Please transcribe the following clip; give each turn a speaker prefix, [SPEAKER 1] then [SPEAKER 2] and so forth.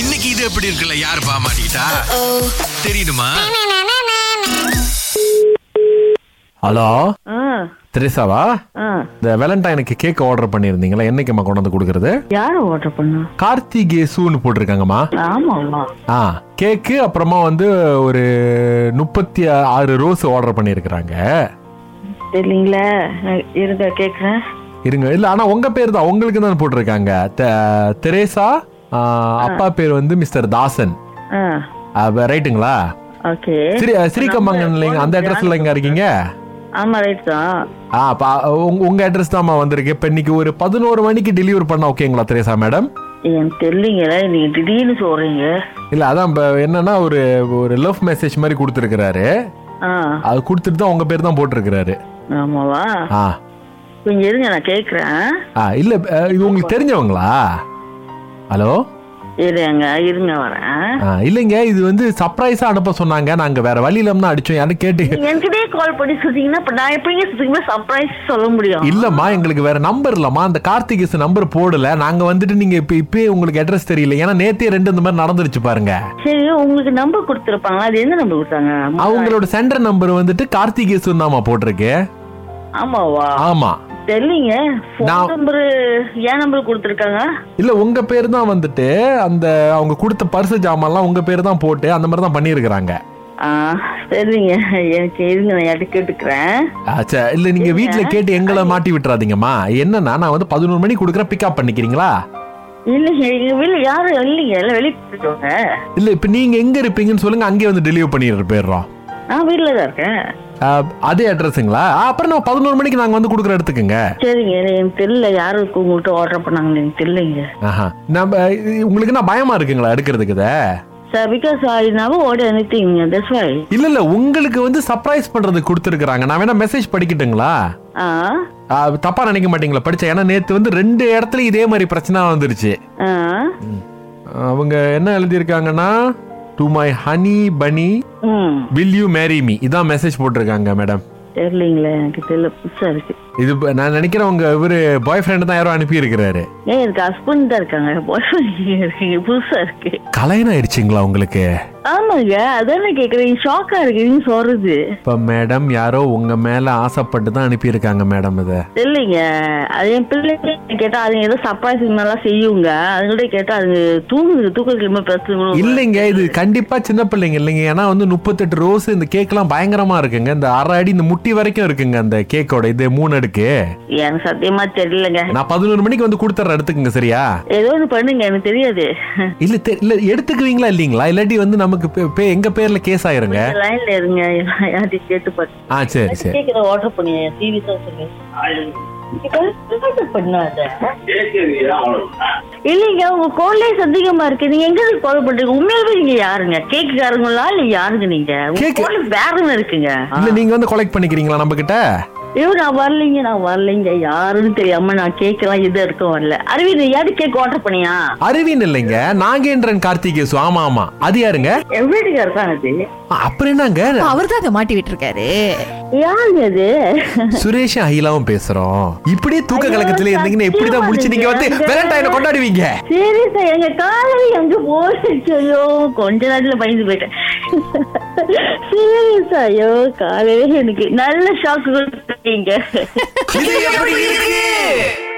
[SPEAKER 1] இன்னைக்கு இது எப்படி இருக்குல்ல யார் பாமாட்டா தெரியுமா
[SPEAKER 2] ஹலோ
[SPEAKER 3] ஆ
[SPEAKER 2] திரிசாவா
[SPEAKER 3] ஆ
[SPEAKER 2] இந்த வேலண்டைனுக்கு கேக் ஆர்டர் பண்ணியிருந்தீங்களா என்னைக்குமா கொண்டு வந்து கொடுக்கறது
[SPEAKER 3] யார் ஆர்டர் பண்ணா
[SPEAKER 2] கார்த்திகேசுன்னு போட்டிருக்காங்கம்மா
[SPEAKER 3] ஆமாம்மா
[SPEAKER 2] ஆ கேக்கு அப்புறமா வந்து ஒரு முப்பத்தி ஆறு ரோஸ் ஆர்டர் பண்ணியிருக்கிறாங்க
[SPEAKER 3] சரிங்களா நான் இருங்க கேட்குறேன்
[SPEAKER 2] இருங்க இல்லை ஆனால் உங்கள் பேர் தான் உங்களுக்கு தான் போட்டிருக்காங்க தெ- தெரேசா ஆ, அப்பா பேர் வந்து மிஸ்டர் தாசன்
[SPEAKER 3] ஆ
[SPEAKER 2] அப்ப ரைட்டுங்களா
[SPEAKER 3] ஓகே
[SPEAKER 2] ஸ்ரீ ஸ்ரீகம்மாங்கன் இல்லைங்க அந்த அட்ரஸ்ல எங்க இருக்கீங்க
[SPEAKER 3] ஆமா ரைட் தான்
[SPEAKER 2] ஆ பா உங்க- உங்க அட்ரஸ் தான்மா வந்திருக்கு இப்போ இன்னைக்கு ஒரு பதினோரு மணிக்கு டெலிவர் பண்ண ஓகேங்களா தெரேசா மேடம்
[SPEAKER 3] எனக்கு தெரியலீங்களா நீங்க திடீர்னு சொல்றீங்க
[SPEAKER 2] இல்லை அதான் இப்போ என்னன்னா ஒரு ஒரு லவ் மெசேஜ் மாதிரி கொடுத்துருக்கிறாரு
[SPEAKER 3] ஆ
[SPEAKER 2] அது கொடுத்துட்டு தான் உங்க பேர் தான் போட்டிருக்கிறாரு
[SPEAKER 3] ஆமாவா
[SPEAKER 2] ஆ
[SPEAKER 3] கொஞ்சம் இருங்க நான் கேட்குறேன்
[SPEAKER 2] ஆ இல்லை இது உங்களுக்கு தெரிஞ்சவங்களா ஹலோ
[SPEAKER 3] இருங்க இருங்க வரேன்
[SPEAKER 2] ஆ இல்லைங்க இது வந்து சர்ப்ரைஸாக அனுப்ப சொன்னாங்க நாங்கள் வேற வழி இல்லாமல் அடித்தோம் யாரும் கேட்டு
[SPEAKER 3] என்கிட்டயே கால் பண்ணி சொல்லிட்டீங்கன்னா இப்போ நான் எப்படிங்க சுத்திங்கனா சர்ப்ரைஸ் சொல்ல முடியும்
[SPEAKER 2] இல்லம்மா எங்களுக்கு வேற நம்பர் இல்லம்மா அந்த கார்த்திகேஸ் நம்பர் போடல நாங்க வந்துட்டு நீங்க இப்ப இப்பயே உங்களுக்கு அட்ரஸ் தெரியல ஏன்னா நேத்தே ரெண்டு இந்த மாதிரி நடந்துருச்சு பாருங்க
[SPEAKER 3] சரி உங்களுக்கு நம்பர் கொடுத்துருப்பாங்களா அது என்ன நம்பர் கொடுத்தாங்க
[SPEAKER 2] அவங்களோட சென்டர் நம்பர் வந்துட்டு கார்த்திகேஸ் தாம்மா போட்டிருக்கு
[SPEAKER 3] ஆமாவா
[SPEAKER 2] ஆமா
[SPEAKER 3] தெரியலீங்க
[SPEAKER 2] நான்-
[SPEAKER 3] ஃபோன் நம்பர் ஏன் நம்பர் கொடுத்துருக்காங்க
[SPEAKER 2] இல்ல உங்க பேர் தான் வந்துட்டு அந்த அவங்க கொடுத்த பரிசு ஜாமான்லாம் உங்க பேர் தான் போட்டு அந்த மாதிரி தான் பண்ணியிருக்கிறாங்க
[SPEAKER 3] ஆ சரிங்க எனக்கு இருங்க நான் யார்கிட்ட கேட்டுக்கிறேன்
[SPEAKER 2] ஆச்சா இல்ல நீங்க வீட்ல கேட்டு எங்களை மாட்டி விட்டுறாதீங்கம்மா என்னன்னா நான் வந்து பதினோரு மணி கொடுக்குறேன் பிக்கப் பண்ணிக்கிறீங்களா
[SPEAKER 3] இல்லைங்க எங்க வீட்டில் யாரும் இல்லைங்க எல்லாம் வெளியே போயிடுவாங்க
[SPEAKER 2] இல்ல இப்ப நீங்க எங்க இருப்பீங்கன்னு சொல்லுங்க அங்கேயே வந்து டெலிவர் பண்ணிடுற போயிடுறோம்
[SPEAKER 3] நான் வீட்டில் தான் இருக்கேன்
[SPEAKER 2] ஆஹ், அதே அட்ரஸுங்களா அப்புறம் நம்ம பதினோரு மணிக்கு நாங்க வந்து கொடுக்குற இடத்துக்குங்க
[SPEAKER 3] சரிங்க எனக்கு தெரியல யாருக்கு உங்கள்கிட்ட ஆர்டர் பண்ணாங்கன்னு எனக்கு தெரியலங்க
[SPEAKER 2] ஆஹா நம்ம இது- உங்களுக்கு என்ன பயமா இருக்குங்களா எடுக்கிறதுக்கு இத
[SPEAKER 3] சார் பிகாஸ் ஐ நவர் ஓடி எனி திங் தட்ஸ் வை
[SPEAKER 2] இல்ல இல்ல உங்களுக்கு வந்து சர்ப்ரைஸ் பண்றதுக்கு கொடுத்துருக்காங்க நான் வேணா மெசேஜ் படிக்கட்டுங்களா
[SPEAKER 3] ஆ
[SPEAKER 2] ஆஹ், தப்பா நினைக்க மாட்டீங்களா படிச்சேன் ஏன்னா நேத்து வந்து ரெண்டு இடத்துல இதே மாதிரி பிரச்சனை வந்துருச்சு
[SPEAKER 3] ஆ
[SPEAKER 2] அவங்க என்ன எழுதியிருக்காங்கன்னா to my honey bunny
[SPEAKER 3] hmm
[SPEAKER 2] will you marry me இதான் மெசேஜ் போட்டிருக்காங்க மேடம்
[SPEAKER 3] தெரியலீங்களே எனக்கு தெரியல புதுசாக இருக்கு
[SPEAKER 2] இது ப- நான் நினைக்கிறேன் உங்க இவரு பாய் ஃப்ரெண்டு தான் யாரோ அனுப்பி இருக்கிறாரு
[SPEAKER 3] ஏன் எனக்கு ஹஸ்பண்ட் தான் இருக்காங்க பாய் இருக்கீங்க புதுசாக இருக்கு
[SPEAKER 2] கலையன் ஆயிடுச்சுங்களா உங்களுக்கு
[SPEAKER 3] ஆமாங்க அதானே கேட்குறீங்க ஷாக்காக இருக்கீங்க சொல்கிறது
[SPEAKER 2] இப்ப மேடம் யாரோ உங்க மேல ஆசைப்பட்டு தான் அனுப்பியிருக்காங்க மேடம் இத
[SPEAKER 3] இல்லைங்க அது என் பிள்ளைங்க கேட்டா அதுங்க ஏதோ சர்ப்ரைஸ் மாதிரிலாம் செய்யுங்க அதுங்கள்ட்ட கேட்டா அது தூங்குது தூக்கத்துல பிரச்சனை
[SPEAKER 2] இல்லைங்க இது கண்டிப்பா சின்ன பிள்ளைங்க இல்லைங்க ஏன்னா வந்து முப்பத்தெட்டு ரோஸ் இந்த கேக்லாம் பயங்கரமா இருக்குங்க இந்த அரை அடி இந்த முட்டி வரைக்கும் இருக்குங்க அந்த கேக்கோட இது மூணு அடுக்கு
[SPEAKER 3] எனக்கு சத்தியமா தெரியலங்க
[SPEAKER 2] நான் பதினோரு மணிக்கு வந்து கொடுத்துட்றேன் எடுத்துக்கங்க சரியா
[SPEAKER 3] ஏதோ ஒன்று பண்ணுங்க எனக்கு தெரியாது
[SPEAKER 2] இல்ல தெ- இல்ல எடுத்துக்குவீங்களா இல்லீங்களா இல்லாட்டி வந்து நமக்கு பே- பே- எங்க பேர்ல கேஸ் ஆயிருங்க
[SPEAKER 3] லைன்ல இருங்க யார்ட்டையும் கேட்டு பாத்து
[SPEAKER 2] ஆ சரி சரி
[SPEAKER 3] கேட்கிற ஆர்டர் பண்ணி சீரியஸா சொல்லுங்க பண்ணாத இல்லைங்க உங்க கோல்லே சந்தேகமா இருக்கு நீங்க எங்க கால் பண்றீங்க உண்மையாவே நீங்க யாருங்க கேக்குக்காரங்களா இல்ல யாருங்க நீங்க உங்க
[SPEAKER 2] கேக்கு-
[SPEAKER 3] கோல் வேறன்னு இருக்குங்க
[SPEAKER 2] இல்ல நீங்க வந்து கொலெக்ட் பண்ணிக்கிறீங்களா நம்ம கிட்ட
[SPEAKER 3] ஐயோ நான் வரலைங்க நான் வரலைங்க யாருன்னு தெரியாம நான் கேட்கலாம் இது இருக்க வரல அரவிந்த் யாரு கேக் ஆர்டர் பண்ணியா
[SPEAKER 2] அரவின் இல்லைங்க நாகேந்திரன் கார்த்திகேசு ஆமா ஆமா அது யாருங்க
[SPEAKER 3] என் வீட்டுக்காரர் தான் அது
[SPEAKER 2] ஆ, அப்புறம் என்னங்க
[SPEAKER 4] அவர் தான் மாட்டி விட்டுருக்காரு
[SPEAKER 3] யாருங்க அது
[SPEAKER 2] சுரேஷ் அகிலாவும் பேசுறோம் இப்படியே தூக்க
[SPEAKER 3] ஐயோ,
[SPEAKER 2] கலக்கத்துல இருந்தீங்கன்னு எப்படிதான் முடிச்சு நீங்க வந்து
[SPEAKER 3] சத்தியமா
[SPEAKER 2] வேலண்டைனை கொண்டாடுவீங்க
[SPEAKER 3] சீரியஸா எங்க காலடி எங்க போச்சு ஐயோ கொஞ்ச நேரத்துல பயந்து போயிட்டேன் சீரியஸா ஐயோ காலையில எனக்கு நல்ல ஷாக்கு கொடுத்துருக்கீங்க
[SPEAKER 2] இது எப்படி இருக்கு